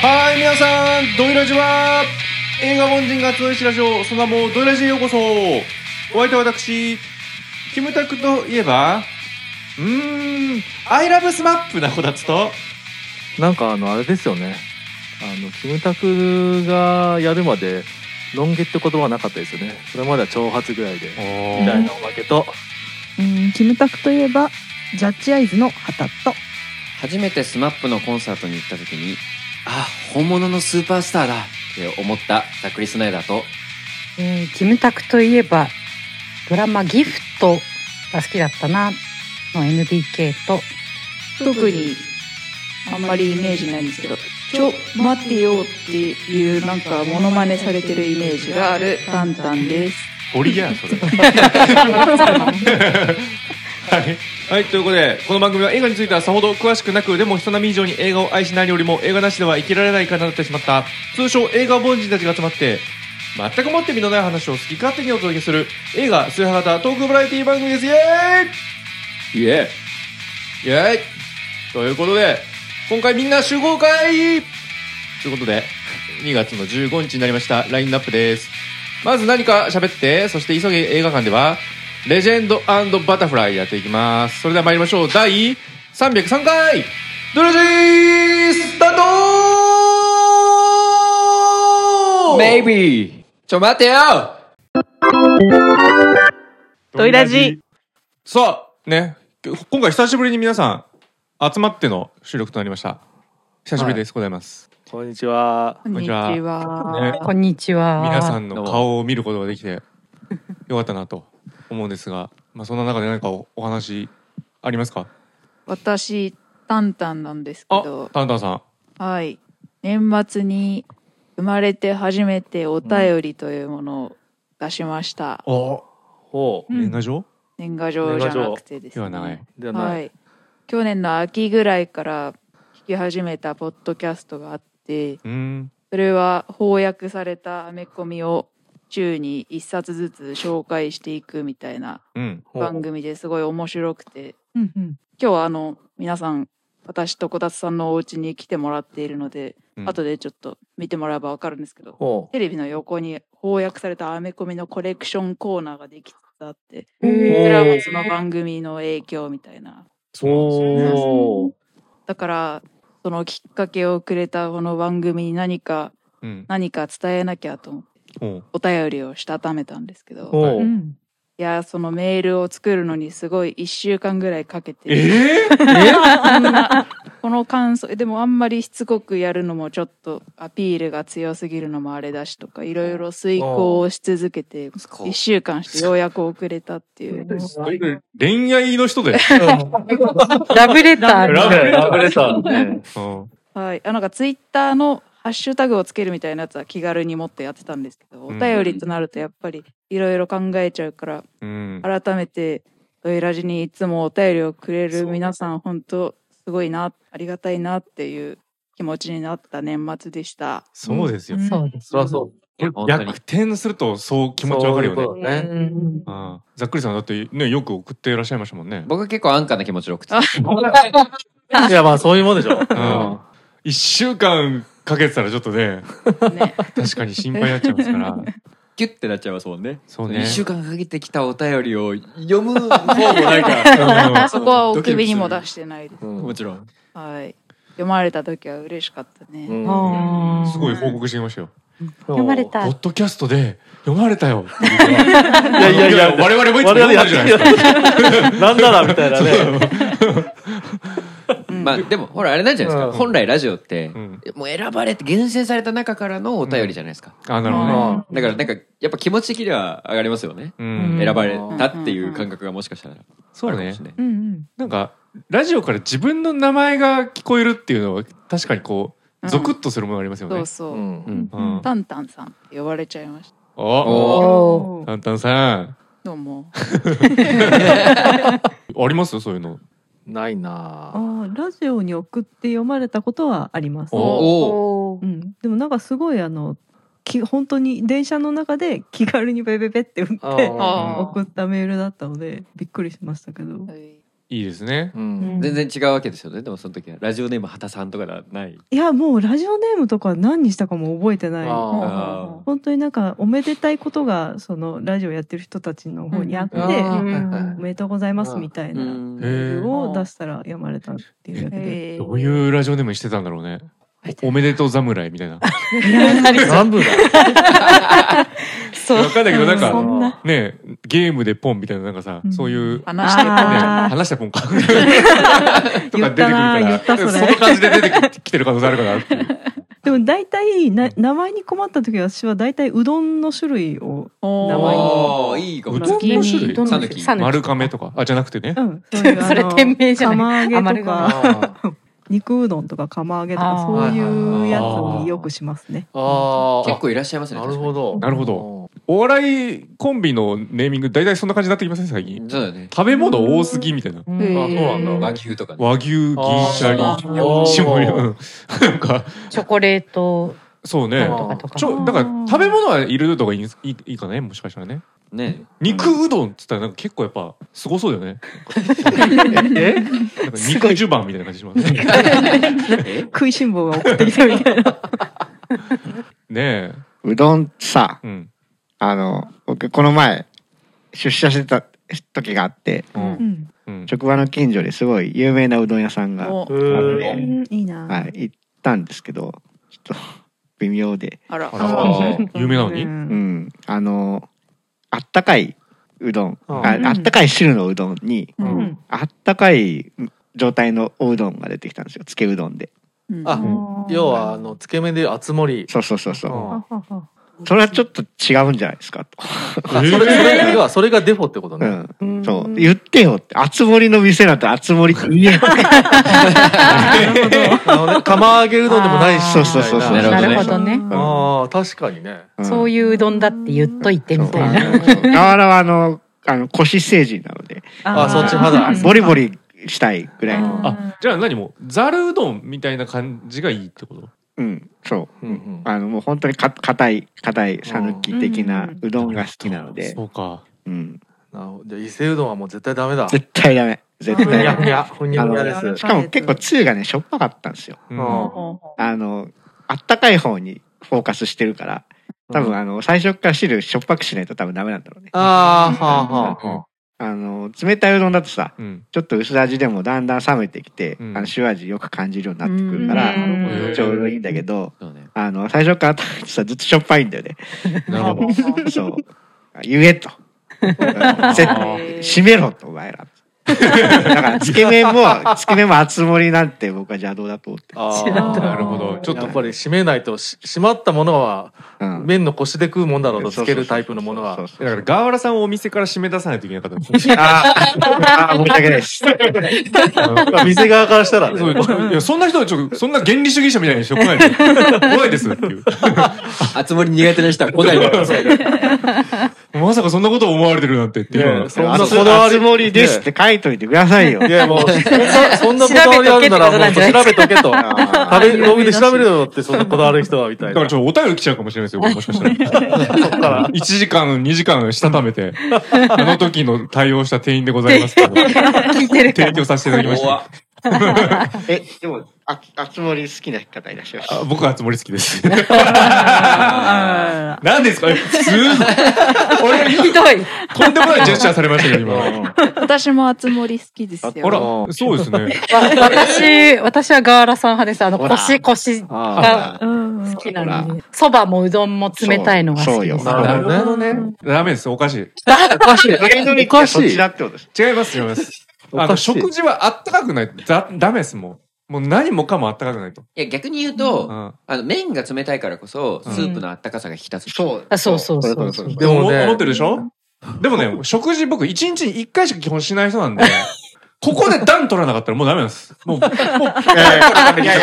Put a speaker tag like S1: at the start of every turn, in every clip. S1: はい、皆さん、ドイラジは、映画凡人が集いしラジオ、その名もドイラジへようこそ。お相手は私、キムタクといえば、うーん、アイラブスマップなこたつと、
S2: なんかあのあれですよねあのキムタクがやるまでロン毛って言葉はなかったですよねそれまでは長髪ぐらいでみたいなおまけと
S3: うん、キムタクといえば、ジャッジアイズの旗と。
S4: 初めてスマップのコンサートに行った時にあ本物のスーパースターだって思ったザクリスナイダーと
S5: えーキムタクといえばドラマ「ギフト」が好きだったなの NDK と
S6: 特にあんまりイメージないんですけど「ちょ待ってよ」っていうなんかモノマネされてるイメージがあるタンタンです
S1: 堀やん、それ。はい。はい、ということで、この番組は映画についてはさほど詳しくなく、でも人並み以上に映画を愛しないよりも映画なしでは生きられない方になってしまった、通称映画凡人たちが集まって、全くもって身のない話を好き勝手にお届けする映画、スーハー型トークバラエティ番組です。イェ
S2: いえ
S1: ーイイェーイということで、今回みんな集合会ということで、2月の15日になりました、ラインナップです。まず何か喋って、そして急げ映画館では、レジェンドバタフライやっていきます。それでは参りましょう。第303回、ドラジースタート
S4: メイビーちょ待てよ
S3: ドイラジ。
S1: さあ、ね、今回久しぶりに皆さん、集まっての収録となりました。久しぶりです。ございます。
S2: こんにちは
S6: こんにち
S1: こんにち
S6: は、
S1: ね
S5: こんにちは
S1: 皆さんの顔を見ることができて、よかったなと思うんですが、まあそんな中で何かおお話ありますか
S6: 私タンタンなんですけ
S1: あ
S6: ど、
S1: タンタンさん。
S6: はい年末に生まれて初めてお便りというものを出しました、
S1: お
S2: ほう
S1: 年賀状
S6: 年賀状じゃなくてです
S1: ではない
S6: ね。
S2: ではない、
S6: はい、去年の秋ぐらいから聞き始めたポッドキャストがあって
S1: うん。
S6: それは翻訳されたアメコミを週に1冊ずつ紹介していくみたいな
S1: うん。
S2: ほう
S6: 番組ですごい面白くて
S3: うんうん。
S6: 今日はあの皆さん私とこたつさんのお家に来てもらっているので、
S1: うん
S6: 後でちょっと見てもらえば分かるんですけど
S2: ほう
S6: テレビの横に翻訳されたアメコミのコレクションコーナーができつつあってそれはもうその番組の影響みたいな
S2: ほう
S6: だからそのきっかけをくれたこの番組に何か
S1: うん。
S6: 何か伝えなきゃと思って
S1: ほ
S6: お便りをしたためたんですけど
S2: ほう
S3: うん。
S6: いやそのメールを作るのにすごい1週間ぐらいかけて
S1: ええ
S6: こんなこの感想でもあんまりしつこくやるのもちょっとアピールが強すぎるのもあれだしとかいろいろ遂行をし続けて1週間してようやく遅れたっていう
S1: 恋愛の人で。
S5: ラブレター
S1: ラブレター
S2: ラブレターね
S1: うん。
S6: はいあなんかツイッターのハッシュタグをつけるみたいなやつは気軽に持ってやってたんですけどお便りとなるとやっぱりいろいろ考えちゃうから
S1: うん。
S6: 改めて「ドイラジ」にいつもお便りをくれる皆さん本当すごいなありがたいなっていう気持ちになった年末でした。
S1: そうですよ。
S5: そうです
S2: そりゃそ
S4: いや本当
S1: 逆
S4: に
S1: 転するとそう気持ちわかるよね
S2: そういうことだね
S5: うん
S1: うんざっくりさんだってねよく送っていらっしゃいましたもんね
S4: 僕は結構安価な気持ちで送って
S6: あ
S4: た
S2: ういやまあそういうもんでしょ、うん
S1: 1週間かけてたらちょっとね
S6: ね
S1: 確かに心配になっちゃいますから
S4: キュッてなっちゃいますもんね
S1: そう
S4: 一
S1: ね
S4: 週間かけてきたお便りを読む方もなんか
S6: そこはお首にも出してないです。
S2: ん
S4: もちろん
S6: はい。読まれた時は嬉しかったね。
S2: うん
S5: あー
S1: すごい報告してきましたよ
S5: 読まれ
S1: ポ
S5: た
S1: ッドキャストで読まれたよっていうのは
S2: いやいやいや
S1: 我々もいつも
S2: 我々
S1: 読
S2: や
S1: ん
S2: っ
S1: でる
S2: て
S1: じゃないで
S2: る
S1: すか
S2: なんならみたいなね
S6: うん
S4: まあでもほらあれなんじゃないです
S2: うん
S4: か本来ラジオって
S1: ん
S4: もう選ばれて厳選された中からのお便りじゃないですか
S1: あなるほどね
S2: うん
S4: だからなんかやっぱ気持ち的には上がりますよね
S1: うん
S5: うん
S4: 選ばれたっていう感覚がもしかしたら
S1: そう
S4: ある
S1: ね
S4: かもしれない
S3: うんうん。
S1: なんかラジオから自分の名前が聞こえるっていうのは確かにこうゾクッとするものありますよ
S6: そ
S1: ね
S6: うそうう。
S2: ん
S4: うん
S1: うん
S6: タンタンさんって呼ばれちゃいました。
S1: お
S5: お
S1: タンタンさん
S6: どうも。
S1: ありますよそういうの
S2: ないなぁ
S3: ああ、ラジオに送って読まれたことはあります。
S1: お
S5: お
S3: うん。でもなんかすごいあの、き本当に電車の中で気軽にベベベって打って
S2: あ
S6: あ
S3: 送ったメールだったのでびっくりしましたけど。
S6: はい
S1: いいですね
S2: う
S3: うんん
S4: 全然違うわけですよねでもその時はラジオネーム畑さんとかではない
S3: いやもうラジオネームとか何にしたかも覚えてない
S2: あー
S4: あ
S3: 本当になんかおめでたいことがそのラジオやってる人たちの方にあって、
S2: あーはいは
S3: お
S2: い
S3: めでとうございますみた
S4: ー
S3: い
S4: う
S3: な。
S4: ん
S1: へえ
S3: を出したら読まれたっていうだけで。
S6: えー
S1: どういうラジオネームにしてたんだろうねおおめでとう侍みたいな
S2: 何分だ
S5: そう
S1: 分かんないけどなん
S3: そ
S1: か
S3: んな
S1: ねゲームでポンみたいななんかさ、
S3: うん
S1: そういう、ね、
S6: 話して
S3: あー
S1: 話したポ ンかとか出てくるから
S3: 言ったな言ったそれ
S1: の感じで出てきてる可能性あるかな っていう
S3: でも大体な名前に困った時は私は大体うどんの種類を、
S6: おー
S3: 名前に
S4: おーいいかも
S1: うどんの種類
S5: どん
S4: さ
S5: な
S4: ぬき
S1: 丸亀とかあじゃなくてね
S3: うん、そういう
S5: それ店名じゃな
S3: 釜
S5: い
S3: 揚げと
S5: あ
S3: か肉うどんとか釜揚げと
S5: あ
S3: か
S5: ー
S3: そういうやつによくしますね。
S2: あ
S4: 結構いらっしゃいますね
S2: なるほど
S1: なるほどお笑いコンビのネーミング大体そんな感じになってきません最近
S4: 確かにそうだよね
S1: 食べ物多すぎみたいな
S5: うん
S6: へー
S2: あそうなんだ
S4: 和牛とかね
S1: 和牛銀シャリ
S2: あ
S5: ー
S1: 霜降りうんなんか
S5: チョコレート
S1: そう
S2: あ
S1: ね
S5: とかとか
S1: ちょだから食べ物は入れといた方がいいんですいいいいかねもしかしたらね
S4: ね
S1: 肉うどんっつったらなんか結構やっぱすごそうだよね
S2: え
S1: なんか肉襦袢みたいな感じしますね
S4: え
S3: 食いしん坊が送ってきたみたいな。
S1: ね
S7: うどんさ
S1: えうん
S7: あの僕この前出社してた時があって
S1: う
S3: うんん、
S1: うん
S7: 職場の近所ですごい有名なうどん屋さんがあっ
S6: お
S7: て、
S3: いいな。
S7: はい、行ったんですけどちょっと微妙で
S6: あら
S1: あ
S2: あ
S1: ら有名なのに
S7: う
S3: に。
S7: んあのあったかいうどんあ
S3: うん
S7: あったかい汁のうどんに
S6: う
S3: うんん。
S7: あったかい状態のおうどんが出てきたんですよつけうどんで
S6: うん
S2: あ要
S3: は。
S2: はあのつけ麺で熱盛
S7: そうそうそうそ
S3: ははは
S7: うそれはちょっと違うんじゃないですかと、
S2: それそれがそれがデフォってこと
S7: う
S2: ね、
S7: ん、そう言ってよって熱盛の店なんて熱盛って言えよ
S2: なので釜揚げうどんでもないし
S7: そうそうそうそう
S2: みたい
S5: なる
S4: な
S5: ほ
S4: る
S5: どね
S7: ど
S2: ああ確かにね
S5: そういううどんだって言っといてみたいな
S7: ガワラはあの、あの、腰成人なので、
S2: あそっちま だ
S7: ボリボリしたいぐらいの。
S1: あじゃあ何もざるうどんみたいな感じがいいってこと
S7: うん、そう。
S2: うんうん
S7: あの、もう本当にか、硬い、硬い、さぬき的なうどんが好きなので
S1: そ、うか
S7: うん。
S2: なるほどじゃあ伊勢うどんはもう絶対ダメ だ
S7: 絶対ダメ。絶
S2: ふに
S7: 対
S2: ゃ
S7: ダ
S2: ふ
S7: メ。
S2: にゃふにゃふにゃです
S7: しかも結構つゆがね、しょっぱかったんですよ。
S1: う
S2: うん
S1: ん
S7: あの、あったかい方にフォーカスしてるから、多分あの、最初から汁しょっぱくしないと多分ダメなんだろうね。
S2: ああはあはあはあ
S7: あの、冷たいうどんだとさ、
S1: うん
S7: ちょっと薄味でもだんだん冷めてきて、
S1: うん
S7: あの、塩味よく感じるようになってくるから、
S5: うん
S7: あのちょうどいいんだけど、
S4: そうね
S7: あの、最初から食べてさ、ずっとしょっぱいんだよね。
S1: なるほど
S7: そう。言えと。絶
S6: ー
S7: 閉めろと、お前ら。だから、つけ麺も、つけ麺も熱盛なんて僕は邪道だと思って。
S2: あ
S6: ー
S1: なるほどちょっ
S2: や
S1: と
S2: っぱり締めないとし締まったものは
S7: うん
S2: 麺の腰で食うもんだろうとつけるタイプのもの
S7: そう
S2: は
S7: そう
S1: だからガワラさんをお店から締め出さないといけなかったんですね
S7: そうあーあー、申し訳ないです。
S2: 店側からしたらね
S1: そういやそんな人はちょっとそんな原理主義者みたいな人来ないで来ないですって いう
S4: 熱盛苦手な人は来ないでくだ さい
S1: まさかそんなことを思われてるなんてっていうの
S2: い
S1: は
S2: や
S7: そ
S2: そ
S7: ん
S2: ん
S7: な
S2: な
S7: こ
S2: こ
S7: だ
S2: だ
S7: わ
S2: わ
S7: り。
S2: り
S7: 熱盛ですって書いといてくださいよ。
S2: いやもうそんなそんなこだわりあるならもう調べとけと
S7: あ
S2: 食べログで調べるよってそんなこだわる人はみた
S1: だ
S2: い
S1: か
S2: な
S1: らちょっとお便り来ちゃうかもしれないです よ、もしかしたら。
S2: そっから
S1: 1時間、2時間したためて、 あの時の対応した店員でございます けど、
S5: 聞いてるから
S1: 提供させていただきました。
S7: ーえ、でも、あ熱盛好きな方いらっしゃいま
S1: あ
S7: し
S1: 僕はつもり好きです。 何ですかえすごい俺、
S5: ひどい
S1: とんでもないジェスチャーされましたけど、今。
S6: 私も熱盛好きですよ
S1: あら、そうですね。
S5: わ私、私はガーラさん派です。あの、
S7: ほら
S5: 腰、腰が
S3: うん
S5: 好きなのに。そばもうどんも冷たいのが好きです。
S7: そうそうよ
S2: なるほどね
S1: ダメです、おかしい。
S7: た。ガイドリ
S2: お
S7: ー
S2: かしい
S7: そっちだってことです。
S1: 違います、違います。
S2: お
S1: あの、
S2: かしい
S1: 食事はあったかくないとだ、ダメです、もう。もう何もかもあったかくないと。
S4: いや逆に言うと、
S1: うん
S4: あの麺が冷たいからこそスープのあったかさが引き立つ、
S7: そう。
S5: あそうそうそうそう
S7: れこれこ
S2: でもね
S1: 思思ってるでしょでもね、食事僕一日に一回しか基本しない人なんで、ここで段取らなかったらもうダメなんです。もう、もう、
S7: そいやいやいや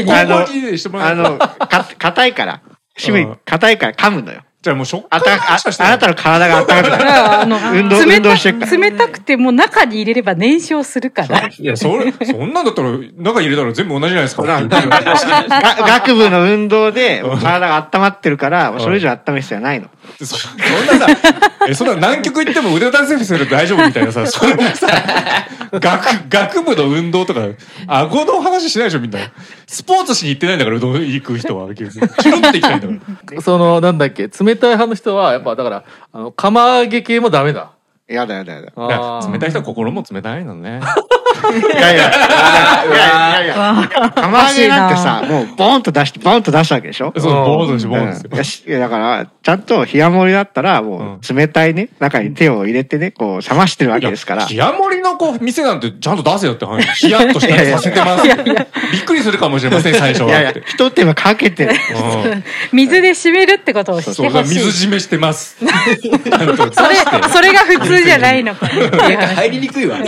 S7: いや
S1: こ
S7: あの
S1: こにしてもら
S7: あ
S1: えない
S7: の、か、硬いから、趣
S1: うん
S7: 味、硬いから噛むのよ。
S1: じゃあもう食
S7: あ
S1: 感
S7: た、あ、
S1: しかして
S7: あ
S1: な。
S7: ないたの体が温か
S5: だか
S7: くなる。
S5: らあの、
S7: 運動
S5: 冷
S7: 運動
S5: た
S7: してるから
S5: 冷たくても中に入れれば燃焼するから。
S1: いや、それ、そんなんだったら、中入れたら全部同じじゃないですか。
S7: が学部の運動で、体が温まってるから、
S1: ん
S7: それ以上温める必要はないの。
S1: そそんなさ、えそんな南極行っても腕立て伏せで大丈夫みたいなさ、それもさ、学、学部の運動とか、顎の話しないでしょみんな。スポーツしに行ってないんだから、うどん行く人は。キュルって行きたいんだから。
S2: そのなんだっけ冷たい派の人はやっぱだからあの釜揚げ系もダメだ
S7: やだやだやだ。
S1: だから冷た
S2: い
S1: い人は心も冷たいのね。
S7: いやいや、いやいやいや、釜揚げなんてさ、もうボーンと出して、ボーンと出すわけでしょ
S1: そう、ボードし、ボードですよ
S7: うんい。やしいやだから、ちゃんと冷や盛りだったら、もう冷たいね、中に手を入れてね、こう冷ましてるわけですから。
S1: いや冷や盛りのこう店なんてちゃんと出せよって話。ヒヤッとしたりさせてます。びっくりするかもしれません、最初
S7: いや
S1: はっ
S7: いや
S1: て。、
S7: 一手間かけてる。
S1: うん
S5: 水で締めるってことをして
S1: そう、だか
S5: ほ
S1: ら
S5: しい。
S1: 水
S5: そ
S1: 締めしてます。なんと刺
S5: れ
S1: して、
S5: それが普通じゃないのかっていう話。
S4: 入りにくいわ。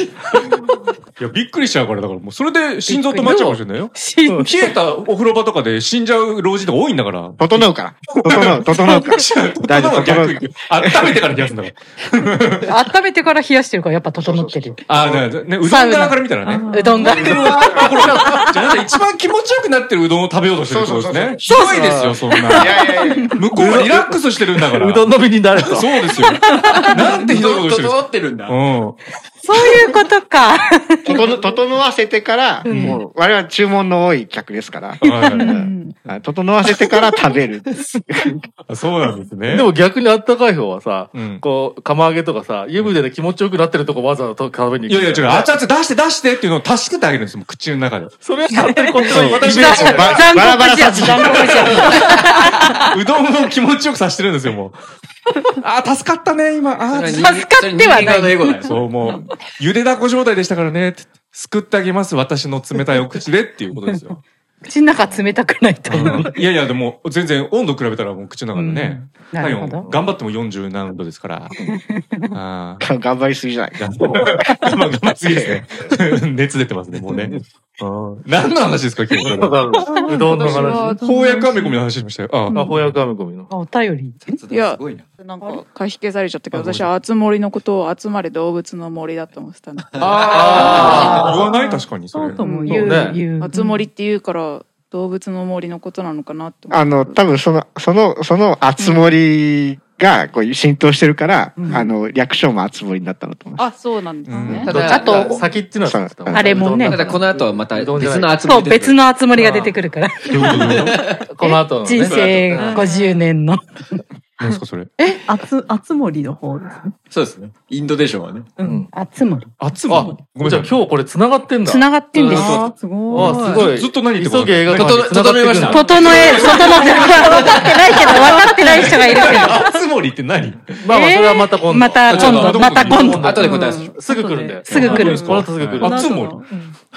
S1: いや、びっくりしちゃうから、だからもう、それで心臓止まっちゃうかもしれないよ。
S5: し
S1: 冷えたお風呂場とかで死んじゃう老人とか多いんだから。
S7: 整うから。整う、整うから。 大丈夫、
S1: 逆
S7: 整う。
S1: 温めてから冷やすんだから。
S5: 温めてから冷やしてるからやっぱ整ってる。
S1: ああ、だからね、うどん側から見たらね。
S5: うどんが。
S1: うわー心がじゃあ、一番気持ちよくなってるうどんを食べようとしてるってことですね。ひどいですよ、そんな。
S7: いやいやいや。
S1: 向こうはリラックスしてるんだから。
S2: うどんのびになれと
S1: そうですよ。なんてひどいことしてるんですか。
S4: ってるん
S1: う
S4: だ
S1: ん。
S5: そういうことか。
S7: 整整わせてから、もう、我々注文の多い客ですから。
S1: は
S7: あ整わせてから食べ る。
S1: いそうなんですね。
S2: でも逆にあったかい方はさ、
S1: うん
S2: こう釜揚げとかさ湯船で気持ちよくなってるとこわざわざと食べに
S1: いやいや、違う。
S2: う
S1: 熱々出して出してっていうのを助けてあげるんですよ、口の中で。
S2: それは勝手にこっち
S1: そう
S2: の 私
S1: イメージ
S7: バ
S5: 残
S7: バラバ
S5: 酷
S7: ラ
S5: じゃん。
S7: 殺人
S5: 残酷じゃん。
S1: うどんを気持ちよくさしてるんですよ、もう。あー、助かったね、今。あー、
S5: 助かってはない
S4: それ人間側のエゴだよ
S1: そう、もう、ゆでだこ状態でしたからね、って救ってあげます、私の冷たいお口でっていうことですよ。
S5: 口の中冷たくないと。
S1: いやいや、でも、全然温度比べたらもう口の中でね、
S5: な
S1: 体
S5: るほ
S1: 温
S5: ど。
S1: 頑張っても40何度です から。あー
S7: 頑張りすぎじゃない。
S1: 頑張頑張りすぎです ね。熱出てますね、もうね。うん何の話ですか、今日。これ
S2: うどんの話
S1: 翻訳アメコミの話しましたよ。あ
S2: あ翻訳アメコミの
S5: あお便り。
S6: いや
S4: すごいな。
S6: なんか、かき消されちゃったけど、私はあつ森のことを集まれ動物の森だと思ってたんだ。
S1: あ。言わない確かに、そ
S3: そ
S1: れ
S3: う。とも
S5: 言
S3: 言
S5: う
S3: う。
S2: ね、
S5: 言う。
S6: あつ森って言うから、動物の森のことなのかなって思
S7: あの、多分その、その、その熱盛がこう浸透してるから、あの、略称も熱盛になったのと思いま
S6: あ、そうなんですね。
S4: ただ
S5: あと
S2: 先っちのはそうだったもん
S5: あれもね
S4: ただこの後はまた別の集ま
S5: そ
S4: り
S5: う、別の集まりが出てくるから。
S2: この後の
S5: 人
S2: ね
S5: 生50年の。
S1: 何ですか、それ。
S3: え、あつ、あつ森の方ですね。
S4: そうですね。インドネシアはね。
S5: 集まり。
S1: 熱
S2: あ
S1: もごめんなさ
S2: じゃあ
S1: い。
S2: 今日これ繋がってんだ
S5: 繋がってんです。
S3: あーすご
S2: あす
S3: い。
S2: ごい
S1: ずずっと何言って
S2: 急げ映画館に
S4: 整整えました
S2: 繋がってくんだ
S5: 整え、整え、分かってないけど、分かってない人がいるけど。
S1: 熱盛って何
S2: まあまあそれはまた今度
S5: また今度、また今度。
S4: 後で答えます。
S2: すぐ来るんだよ
S5: すぐ来る
S2: この後すぐ来る
S1: あつ森
S3: この後の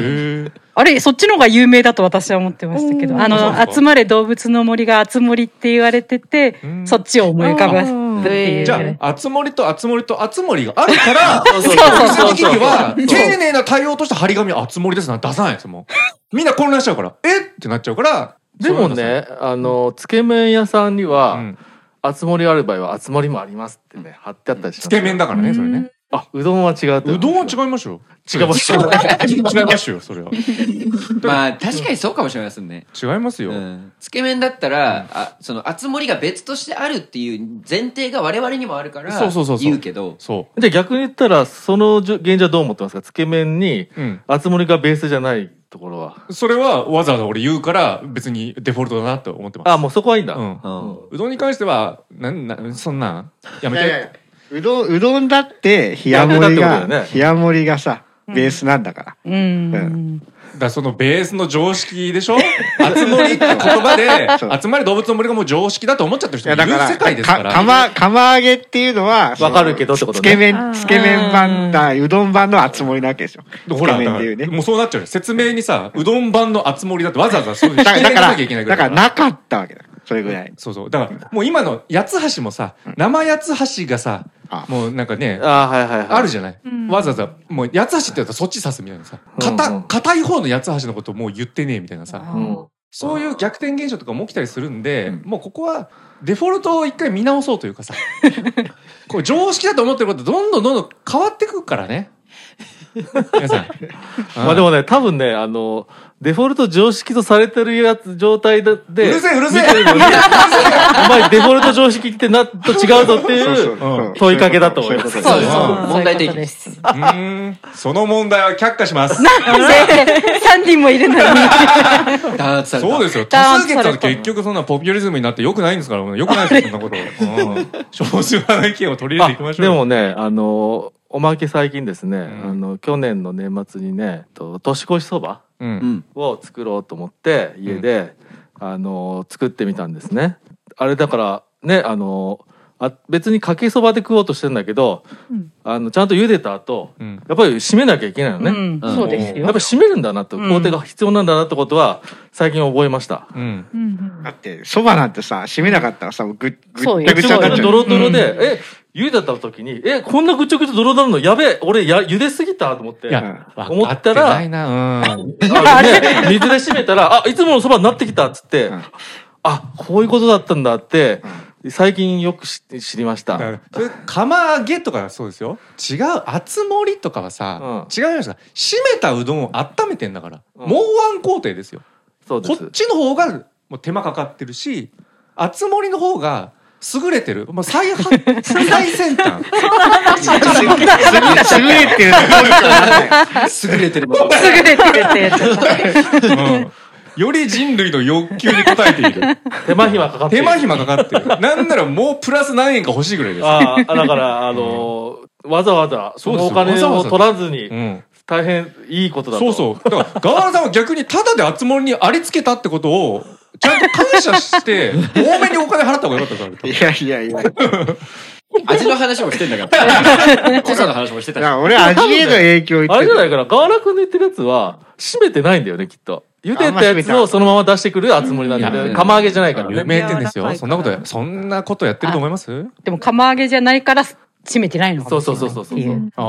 S1: へえ。
S5: あれ、そっちの方が有名だと私は思ってましたけど、あ
S1: そうです
S5: の、
S1: か
S5: 集まれ動物の森が集森って言われてて
S1: うん、
S5: そっちを思い浮かばすっていう。
S1: じゃあ、熱盛と熱盛と熱盛があるから、そう
S5: そう そう
S1: の時には、丁寧な対応として張り紙熱盛ですなんて出さないですもん。みんな混乱しちゃうから、えってなっちゃうから、
S2: でもねあのつけ麺屋さんに
S1: う
S2: は
S1: ん、
S2: 熱盛ある場合は熱盛もありますってね貼ってあったりしま
S1: つ
S2: す
S1: け麺だからね、それね。
S2: あうどんは違う
S1: うどんは
S2: う
S1: 違いますよ。
S2: 違いますよ
S1: 違いますよ、それは。
S4: まあ、確かにそうかもしれませんね。
S1: 違いますよ。
S4: うんつけ麺だったら、あ、その、集まりが別としてあるっていう前提が我々にもあるから、
S1: そうそうそうそう
S4: 言うけど、
S1: そ
S2: で逆に言ったらそのじょ現状はどう思ってますかつけ麺に
S1: う。うん。
S2: 熱盛がベースじゃないところは
S1: それはわざわざ俺言うから、別にデフォルトだなって思ってます。
S2: あもうそこはいいんだ、
S1: うん
S4: う。ん
S1: うどんに関しては、なん、なん、そんなん、や
S7: す。
S1: めて。
S7: うどん、うどんだって、冷や盛りが、冷や盛りがさ、ベースなんだから。
S5: うん。
S1: だからそのベースの常識でしょ集まりって言葉
S7: そう
S1: で、集まり動物の森がもう常識だと思っちゃってる
S7: い
S1: 人
S7: や、
S1: もい
S7: だ
S1: る
S7: から、
S1: 世界ですから。
S7: 釜、釜揚げっていうのは、
S2: わかるけどってことね
S7: つけ麺、つけ麺版だ、うどん版の熱盛なわけですよ。つ
S1: ほ
S7: け
S1: ら、だ
S7: 麺
S1: か
S7: っていう
S1: らも
S7: ね。
S1: うそうなっちゃうよ。説明にさ、うどん版の集まりだってわざわざそういう
S7: だ
S1: 否
S7: か
S1: 定
S7: ら、
S1: し
S7: だ
S1: な
S7: か
S1: きゃいけない
S7: ら、だから
S1: ら。
S7: なかったわけだ。それぐらい。
S1: そうそう。だから、もう今の八つ橋もさ、生八つ橋がさ
S7: あ、
S1: もうなんかね、
S2: あはいはいはい
S1: あるじゃない、わざわざ、もう、八つ橋って言ったらそっち刺すみたいなさ。か
S2: うんうん
S1: た、硬い方の八つ橋のこともう言ってねえみたいなさ。
S2: うん
S1: そういう逆転現象とかも起きたりするんで、もうここはデフォルトを一回見直そうという かさ、こう常識だと思ってることどんどんどんどん変わってくからね。皆さん。
S2: まあでもね、多分ね、あの、デフォルト常識とされてるやつ、状態で。う
S1: うるせえうるせえ
S2: 見てるのに、お前デフォルト常識ってな、と違うぞって
S7: そう
S2: い
S7: そう
S2: う、
S7: そう
S2: 問いかけだと思います
S7: そういうこ
S4: そう
S7: と
S4: で
S7: ですす。
S3: あー
S5: そうい
S4: 問題提起
S5: うことです
S4: で
S5: す
S1: うーん。その問題は却下します。
S5: 3人もいるのに。
S4: 弾圧された
S1: そうですよ。多数決は結局そんなポピュリズムになって良くないんですから、 もう良くないですよ、そん なこと。うん少数派の意見を取り入れていきましょう
S2: で
S1: よ。
S2: もね、あの、おまけ最近ですね、
S1: ん
S2: あの、去年の年末にね、と年越しそば
S1: う。
S4: うんん
S2: を作ろうと思って、家で、あの、作ってみたんですね。あれだから、ね、あの、あ別にかけそばで食おうとしてんだけど、
S6: うん
S2: あのちゃんと茹でた後
S1: うん。
S2: やっぱり締めなきゃいけないのね、
S5: うん、そうです
S2: やっ
S5: よ
S2: ぱ。り締めるんだなと、
S5: うん
S2: 工程が必要なんだなってことは最近覚えました。
S1: うん。
S6: うんうん
S7: だって、そばなんてさ、締めなかったらさ、ぐぐっ
S5: そう
S7: ぐっ
S5: よ
S7: たぐ
S2: ド
S7: ちゃになっちゃう。
S2: ロドロで、え、茹でた時に、え、こんなぐちょぐちょドロドロなのやべえ、俺や茹ですぎたと思って。
S1: い
S2: あ
S1: や、
S2: 思ったら
S1: わかてないな、うん。
S2: のね水で締めたら、あ、いつものそばになってきたっつって、
S7: うん
S2: あ、こういうことだったんだって、最近よく知知りまし
S1: だか
S2: た。
S1: らそれ釜揚げとかそうですよ違う厚盛りとかはさ、
S2: うん
S1: 違うじゃないですか締めたうどんを温めてんだから、
S2: うん
S1: もうワン工程ですよ
S2: そうで
S1: こ
S2: す
S1: っ。ちの方がもう手間かかってるし厚盛りの方が優れてる、もう最 は最先端
S4: 優
S7: すぐれてるところ
S4: れてるもの
S5: すぐ出てるってやつ。
S1: うんより人類の欲求に応えてい る
S2: 手間暇かかって
S1: 手
S2: る。
S1: 間暇かかって るなんならもうプラス何円か欲しいぐらいです
S2: ああ、だから、あのーわざわざ、そのお
S1: そうで
S2: 金
S1: すよわざわ
S2: を
S1: ざ
S2: 取らずに
S1: う、ん、
S2: 大変いいことだと。
S1: そうそうだからガワラさんは逆にただで厚盛りにありつけたってことをちゃんと感謝 して多めにお金払った方がよかったから
S7: いやいやいや。
S4: 味の話もしてん だから濃さの話もして
S7: い
S4: た
S7: や俺、味への影響言って
S2: あれじゃないかな、ガーラ君の言ってるやつは、締めてないんだよね、きっと。茹でたやつをそのまま出してくる厚盛りなんだよ
S4: う
S2: ね。
S4: ん
S2: 釜揚げじゃないから
S1: 有
S2: ね。
S1: 名店です
S3: 柔ら
S1: よ。そ
S3: かいから
S1: んなことや、そんなことやってると思います
S5: でも釜揚げじゃないから閉めてないのか
S2: そ
S5: も
S2: う
S5: しれ
S2: そう
S5: ない
S2: そうそうそう。
S5: ってい
S1: ああ、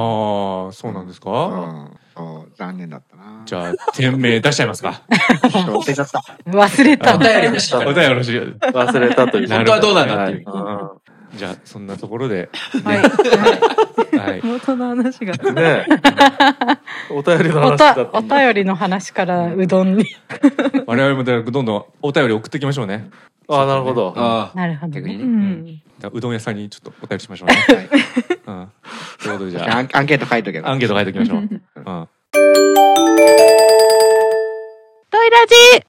S1: そうなんです
S7: う
S1: か
S7: んそう残念だったな。
S1: じゃあ、店名出しちゃいます か。
S7: 忘れちゃった。
S5: 忘れた。
S4: 答えるし
S1: お便りよろしい。
S2: 忘れたという。
S4: 本当はどうなんだっていう
S2: は
S1: じゃあ、そんなところで。はい。
S3: 元の話が。
S2: い。ねえ。お便りの
S5: お
S2: 話
S5: た
S2: だっ、た
S5: お
S2: んだ。
S5: 便りの話からうどんに。
S1: 我々もだからどんどんお便り送っていきましょうね。
S2: ああ、なるほど。
S4: ああ
S5: なるほど
S4: 逆
S5: ね。
S4: に
S6: う
S4: ね
S6: ん
S1: じゃあうどん屋さんにちょっとお便りしましょうね。うん。ということで、じ
S7: じゃあア
S1: ゃ
S7: ンアンケート書いとけ
S1: あ、ア
S7: ば。
S1: ンケート書いておきましょう。うん。
S8: トイラジ